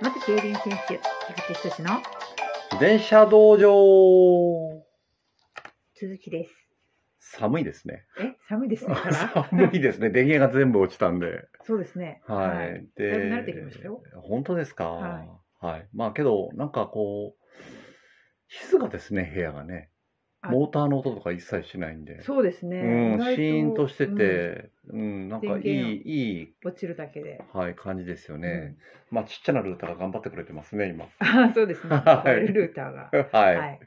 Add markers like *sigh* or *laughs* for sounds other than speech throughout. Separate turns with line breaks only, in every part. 松木油林選手、菊池仁の
自転車道場
続きです。
寒いですね。
え、寒いです
*laughs*
ね、から
寒いですね。電源が全部落ちたんで。
そうですね。
はい。で、
だいぶ慣れてきましたよ
本当ですか。
は
はい。まあけど、なんかこう、静かですね、部屋がね。
あ
モーターの音とか一切しないんで。
そうですね。
う
意
ん、シ
外
ーンとして
うん
て、うん、なんかい
電源
い、いい、
落ちるだけで。
はい、感じですよね。まあちっちゃなルーターが頑張ってくれてます
*laughs*
ね、今。
あそうですね。
*laughs* はい
これルーターが。
はい、
はい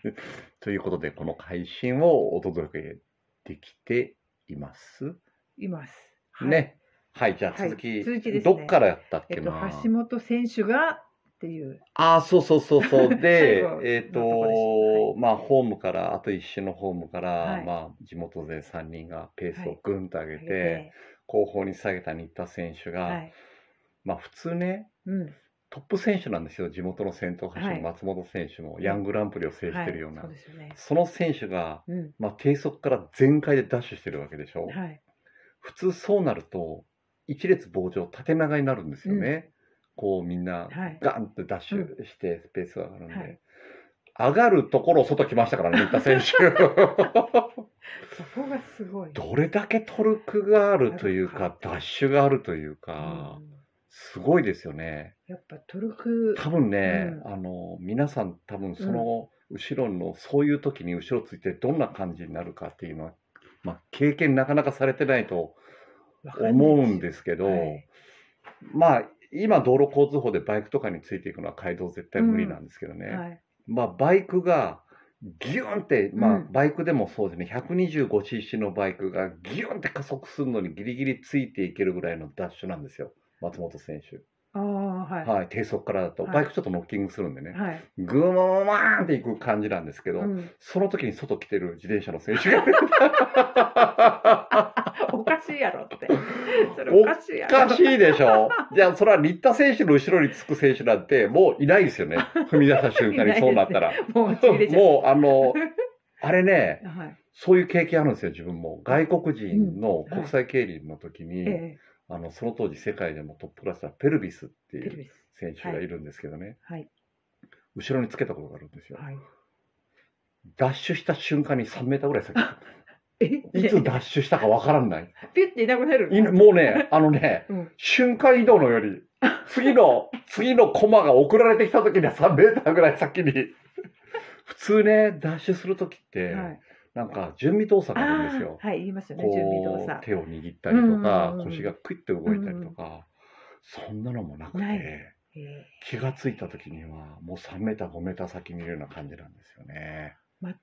ということで、この配信をお届けできています。
います。はい。
ね。はい、じゃあ
はい
続き、
続きですね
どっからやったっ
え
け
っと、
な、
橋本選手がっていう。
ああ、そうそうそう
*laughs*
そう。
最
で
後、
えっ、と
のとこでし
まあ、ホームから、あと一周のホームから、
はい
まあ、地元勢3人がペース
は
を
い
ぐんと上げて、後方に下げた新田選手が、
はい。
まあ、普通ね、
うん。
トップ選手なんですよ。地元の先頭走
はい
る松本選手も、ヤングランプリを制してるような。
はいそうですよね。
その選手が、
うん。
まあ、低速から全開でダッシュしてるわけでしょ。
はい。
普通そうなると一列棒状縦長になるんですよね、こうみんな
はい
ガンってダッシュしてスペースが上がるんで、
はい
上がるところ外来まし
*laughs*
たからね新田選手
そこがすごい。
どれだけトルクがあるという
な
かダッシュがあるという
う
か、
ん
すごいですよね
やっぱトルク。
多分ね、
う
あの皆さん多分その後ろのそういう時に後ろついてどんな感じになるかっていうのは、まあ、経験なかなかされてないと
わか
思うん
す
ですけ
け
ど、まあ今道路交通法でバイクとかについていくのは街道絶対無理なんですけどね、
はい。
まあバイクがギューンって、ま
う
あ
ん
バイクでもそうですね、125cc のバイクがギューンって加速するのにギリギリついていけるぐらいのダッシュなんですよ、松本選手。
ああ、はい。
はい、低速からだと、
はい
バイクちょっとノッキングするんでね、
はい。
グーママーンっていく感じなんですけど、
うん、
その時に外来てる自転車の選手 *laughs* が。
*laughs* おかしいやろ
*laughs*
って。それ
お
おかしいや
お
ろ。
かしいでしょ。じゃあ、それは新田選手の後ろにつく選手なんて、もういないですよね。踏み出した瞬間にそうなったら。
もうちぎれちゃう。
もう、あの、あれね、
はい。
そういう経験あるんですよ、自分も。外国人の
うん
国際競輪の時に、
え
あのその当時世界でもトップクラスだったペルビスって
え
い
ペル
う
ビス。
選手がいるんですけどね、
はい。
後ろにつけたことがあるんですよ。
はい。
ダッシュした瞬間に3メーターぐら
*laughs*
い先。
え
いつダッシュしたかわからんない。
ピュッていなくなるの
いもうね、あのね、
うん
瞬間移動のより、次の、次のコマが送られてきた時には3メーターぐらい先に。普通ね、ダッシュする時って、
はい。
なんか準備動作があるん
あ
ですよ。
あ、はい、言いますよね、準備動
こう、
作。
手を握ったりとか、
うんうんうん
腰がクイッて動いたりとか、そんなのもなくて、
ないええ
気がついた時には、もう3メーター、5メーター先にいるような感じなんですよね。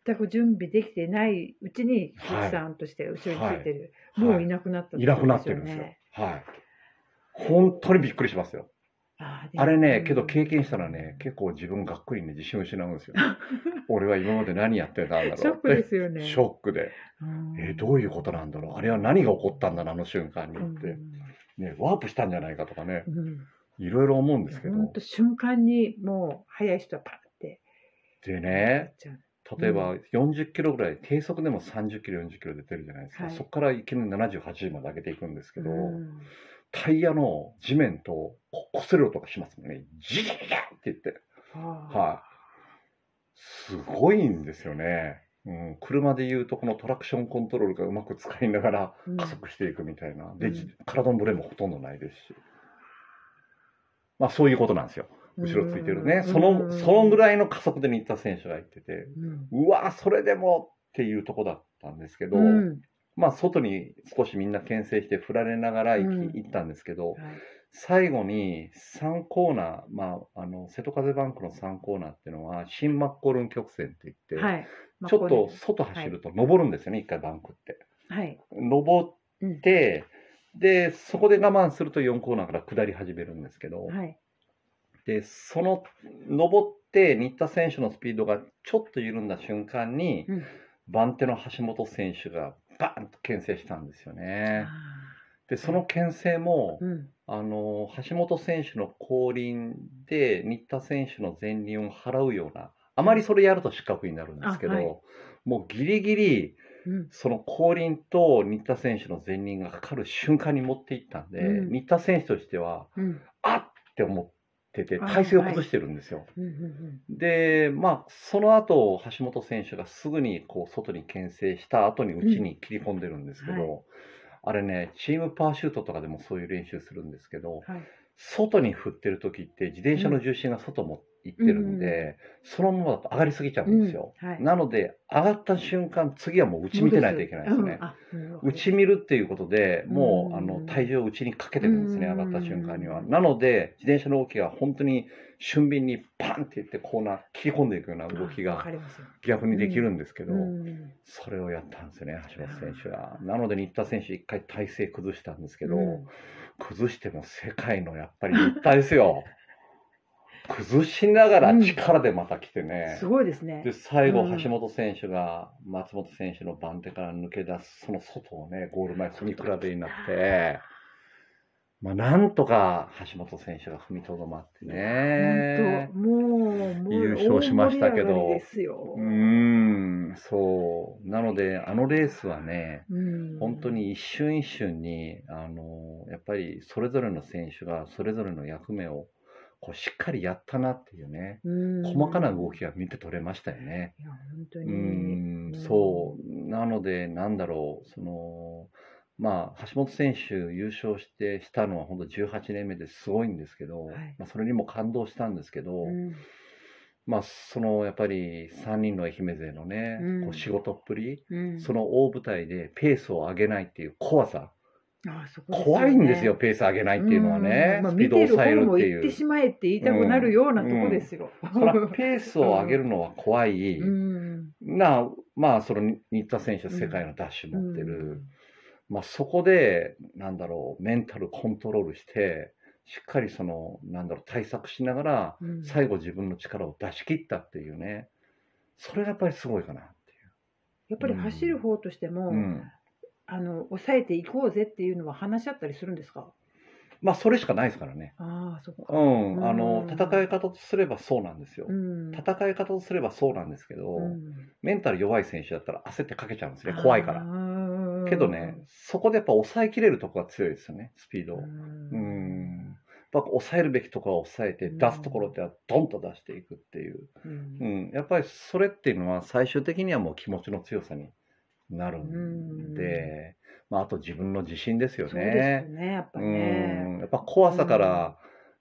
全く準備できてないうちに、
はい
鈴木さんとして後ろについてる。
はい
もういなくなった
いなくなってるんですよ。はい。本当にびっくりしますよ。
あ
あれね、けど
け
経験したらね、結構自分がっくりね、自信を失うん
*laughs*
ですよ。俺は今まで何やってたんだろうって。
ショックですよね。
ショックで。
うん
えーどういうことなんだろうあれは何が起こったんだな、あの瞬間に
うん
って。ね、ワープしたんじゃないかとかね、
うん
いろいろ思うんですけど。
本当瞬間にもう早い人はパッて
で
や
ね
っ、ちゃう
例えば40キロぐらい、低速でも30キロ、40キロで出てるじゃないですか。
はい
そこからいきなり70、80まで上げていくんですけど、
うん
タイヤの地面とこ擦れる音がしますもんね。ジギギギって言って。
ああ
はい。すごいんですよね。うん、車でいうと、このトラクションコントロールがうまく使いながら
うん
加速していくみたいな。
う
で、
ん
じ体のブレもほとんどないですし。まあ、そういうことなんですよ。後ろついてるね。その、そのぐ
い、
らいの加速で新田選手が行ってて、
うん
うわそれでもっていうとこだったんですけど、
うん
まあ、外に少しみんな牽制して振られながら行き、
うん
行ったんですけど、
はい
最後に3コーナー、まあ、あの瀬戸風バンクの3コーナーっていうのは新マッコルン曲線って言って、
はい、
ちょっと外走ると登るんですよね、一回バンクって。
まあ、はい、
登
うん
ってでそこで我慢すると4コーナーから下り始めるんですけど、
はい、
でその登って新田選手のスピードがちょっと緩んだ瞬間に、
うん
番手の橋本選手がバーンと牽制したんですよね。でその牽制も、
うん、
あの橋本選手の後輪で新田選手の前輪を払うような、あまりそれやると失格になるんですけど、
あはい
もうギリギリ、
うん、
その後輪と新田選手の前輪がかかる瞬間に持っていったんで、
うん
新田選手としては、
うん、
あっって思っってて、
あ
体勢を崩してるんですよ。
うんうん
で、まあ、その後、橋本選手がすぐにこう外に牽制した後に内に切り込んでるんですけど、
は
あれね、チームパーシュートとかでもそういう練習するんですけど、
うんはい
外に振ってる時って自転車の重心が外も行ってるんで、
うん
そのままだと上がりすぎちゃう
うん
んですよ。
はい
なので、上がった瞬間、次はもう内見てないといけないですね。
うん
内見るっていうことでもうあ
うん
の体重を内にかけてるんですね、
うん
上がった瞬間には。なので、自転車の動きが本当に俊敏にパンっていって、コーナー切り込んでいくような動き
あわ
が
かりますよ
逆にできるんですけど、
うん
それをやったんですよね、橋本選手は。なので、新田選手、一回体勢崩したんですけど、
うん
崩しても世界のやっぱり新田ですよ。崩しながら力でまた来てね。
*laughs* すごいですね
で最後、
うん
橋本選手が松本選手の番手から抜け出す、その外をね、ゴール前踏み比べになって、まあ、なんとか橋本選手が踏みとどまってね
本当。もうもう
優勝しましたけど
大盛り上がりですよ
うーん、そう。なので、あのレースはね、
うん
本当に一瞬一瞬に、あの、やっぱりそれぞれの選手がそれぞれの役目をこうしっかりやったなっていうね、
うん
細かな動きが見て取れましたよね。
いや本当
う
に
ん
うん
そう、なので、なんだろう、その、まあ、橋本選手優勝してしたのは本当18年目ですごいんですけど、
はい
まあ、それにも感動したんですけど、
うん
まあ、そのやっぱり3人の愛媛勢のね、
うん
こう仕事っぷり、
うん
その大舞台でペースを上げないっていう怖さ、
あそこ
怖いんですよ、ペース上げないっていうのはね
うん、まあ
スピードを抑え
見て
るって
る方も言
い
って
う。
しまえって言いたくなるようなとこですよ。
そらペースを上げるのは怖い、
うん
なあまあその新田選手は世界のダッシュ持ってる、
うん
まあ、そこで、なんだろう、メンタルコントロールして、しっかりその、なんだろう、対策しながら、
うん
最後自分の力を出し切ったっていうね、それがやっぱりすごいかなっていう。
やっぱり走る方としても、
うん。
あの抑えていこうぜっていうのは話し合ったりするんですか
まあ、それしかないですからね。
ああそっか、
うん。あの、
うん
戦い方とすればそうなんですよ。
うん
戦い方とすればそうなんですけど、
うん
メンタル弱い選手だったら焦ってかけちゃうんですね。怖いか
あ
ら。
ー
けどね、そこでやっぱ抑えきれるとこが強いですよね、スピードを。
うん
うんやっぱ抑えるべきところは抑えて、
うん
出すところってはドンと出していくっていう、
う
うんん、やっぱりそれっていうのは最終的にはもう気持ちの強さになるんで、まあ、あと自分の自信ですよ
そうです
ね
よ。ねやっぱ
う
ね、
んやっぱ怖さから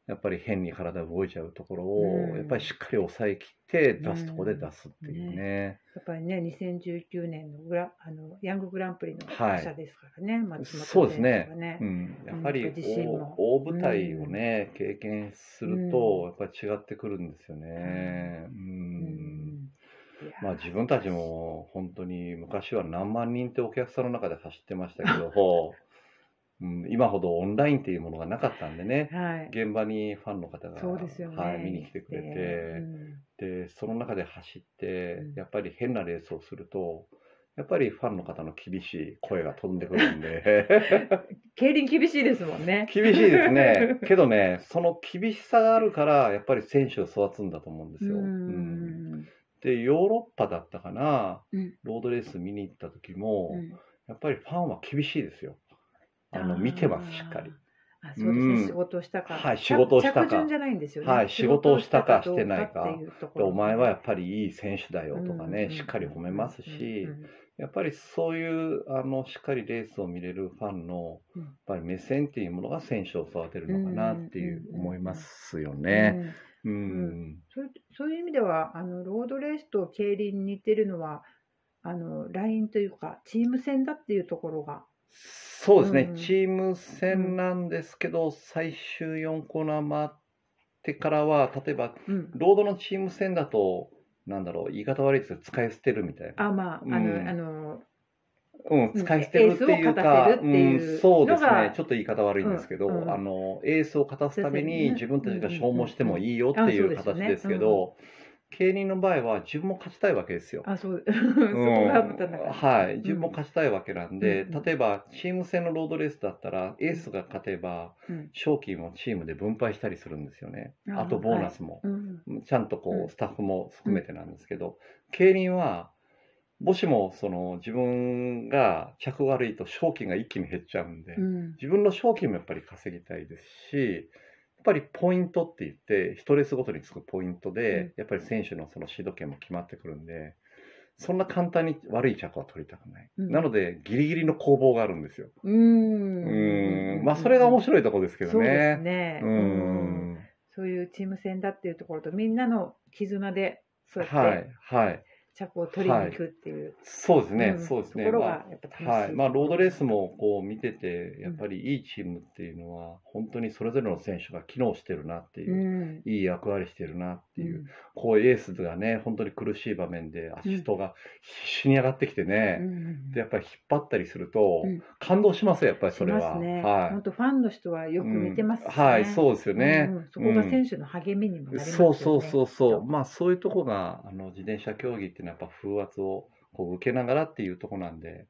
やっぱり変に体動いちゃうところを、
うん
やっぱりしっかり抑えきって出すところで出すっていうね,、
やっぱりね2019年のグラあのヤンググランプリの
はい
覇者ですからね、松本
そうですね
選手はね
うんやっぱり
うん自信も
大大舞台をね、経験する
うん
とやっぱり違ってくるんですよね。うん
うんいやー
まあ自分たちも本当に昔は何万人ってお客さんの中で走ってましたけど、うん、今ほどオンラインっていうものがなかったんでね、
はい
現場にファンの方が、
そうですよね、
はい、見に来てくれて、で、その中で走って
うん、
やっぱり変なレースをすると、やっぱりファンの方の厳しい声が飛んでくるんで、 *laughs*
競輪厳しいですもんね
厳しいです
*laughs*
ね。けどね、その厳しさがあるから、やっぱり選手を育つんだと思うんですよ。
う
うん
ん
でヨーロッパだったかな、
うん
ロードレース見に行った時も、
うん
やっぱりファンは厳しいですよあの
ー
見てますしっかり。
あそうですね、
うん
仕事をしたか、
はい仕事をしたか
着順じゃないんですよね。
はい仕事をしたかしてないか
仕事をしたどうっていうとこ
で
ろ
お前はやっぱりいい選手だよとかね、
うん
しっかり褒めますし、
うんうん
やっぱりそういうあのしっかりレースを見れるファンの
うん
やっぱり目線っていうものが選手を育てるのかなっていう
うん
思いますよね。
うん
うん
そういうそういう意味ではあのロードレースと競輪に似てるのはあのラインというかチーム戦だっていうところが、
そうですね、
うん
チーム戦なんですけど、最終4コーナー回ってからは例えば
うん、
ロードのチーム戦だと、なんだろう、言い方悪いですけど、使い捨てるみたいな。
あまああの、
うん
あの
うん、使い捨てるっていうか、
エースを勝たせるっていう
うん、そうです
のが
ね、ちょっと言い方悪いんですけど、
うんうん
あの、エースを勝たすために自
そうですね
分たちが消耗してもいいよってい
うんう
うん
あそうですよ
形
ね
ですけど、競輪の場合は自分も勝ちたいわけですよ。
あそう *laughs*
う
そこ
ん
がまたなんか
はい、自分も勝ちたいわけなんで、
うんうん
例えばチーム戦のロードレースだったら、エースが勝てば、
うん
賞金をチームで分配したりするんですよね。
あー
あとボーナスも。
うん
ちゃんと
う
こ
ん
うスタッフも含めてなんですけど、競輪はもしもその自分が着が悪いと賞金が一気に減っちゃうんで、
うん
自分の賞金もやっぱり稼ぎたいですしやっぱりポイントって言って、1レースごとにつくポイントで、やっぱり選手のそのシード権も決まってくるんで、そんな簡単に悪い着は取りたくない。
うん
なので、ギリギリの攻防があるんですよ。
うーん
うん。まあ、それが面白いとこですけど
そうですね。
ね。う
うん
ん。
そういうチーム戦だっていうところと、みんなの絆で、そう
は
やっ
い
て、
はい。
着を取りに行くっていう、
そうですね
う、ん
そうですね。
ところ
まあ
がやっぱ楽しい。
はいまあ、ロードレースもこう見てて、やっぱりいいチームっていうのは、本当にそれぞれの選手が機能してるなっていうう、
ん。
いい役割してるなっていう、
ん
こうエースがね、本当に苦しい場面で、アシストが必死に上がってきてね、
うん
でやっぱり引っ張ったりすると、
うん
感動しますよ、やっぱり
し
それは。
ますね。
は
本当ファンの人はよく
い、
見てます
うんはい、
う
そうですよね。
んうんそこが選手の励みにもなります
そうそうそうそ
きっ
う、
と
まあそういうとこがあの自転車競技っていうのはやっぱ風圧をこう受けながらっていうとこなんで、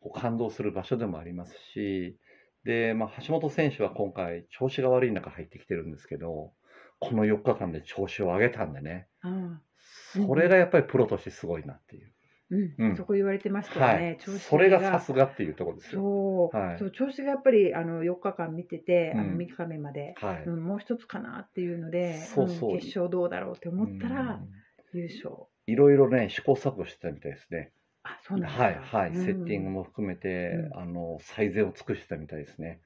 こう感動する場所でもありますし、で、まあ橋本選手は今回調子が悪い中入ってきてるんですけど、この4日間で調子を上げたんでね、
うん
それがやっぱりプロとしてすごいなっていう。
う
うん
ん。そこ言われてましたよ
は
ね
い。
調子。
それがさすがっていうところですよ。
そう,、
はい
そう調子がやっぱりあの4日間見てて、あ
う
の
ん
3日目まで、
はい。
うん、もう一つかなっていうので
そうそうん
決勝どうだろうって思った
う
ら
ん
優勝、
いろいろね、試行錯誤してたみたいですね。
あそうなんですか
はいはい、
うん
セッティングも含めて、
う
あの最善を尽くしてたみたいですね。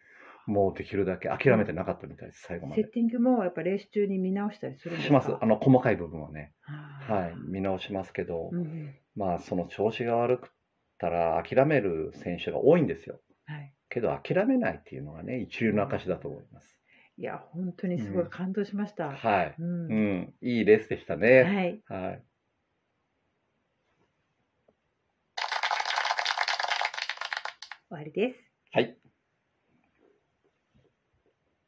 もうできるだけ諦めてなかったみたいです、最後ま
セッ
で。
ティングもやっぱレース中に見直したりするんです
し
か
ます。あの細かい部分はね、はい、
い
見直しますけど、
うんうん
まあその調子が悪くったら諦める選手が多いんですよ。
はい、
けど諦めないっていうのがね一流の証だと思います。
いや本当にすごい感動しました、
はい、
うん
うん、いいレースでしたね。
はい
はい。
終わりです
はい。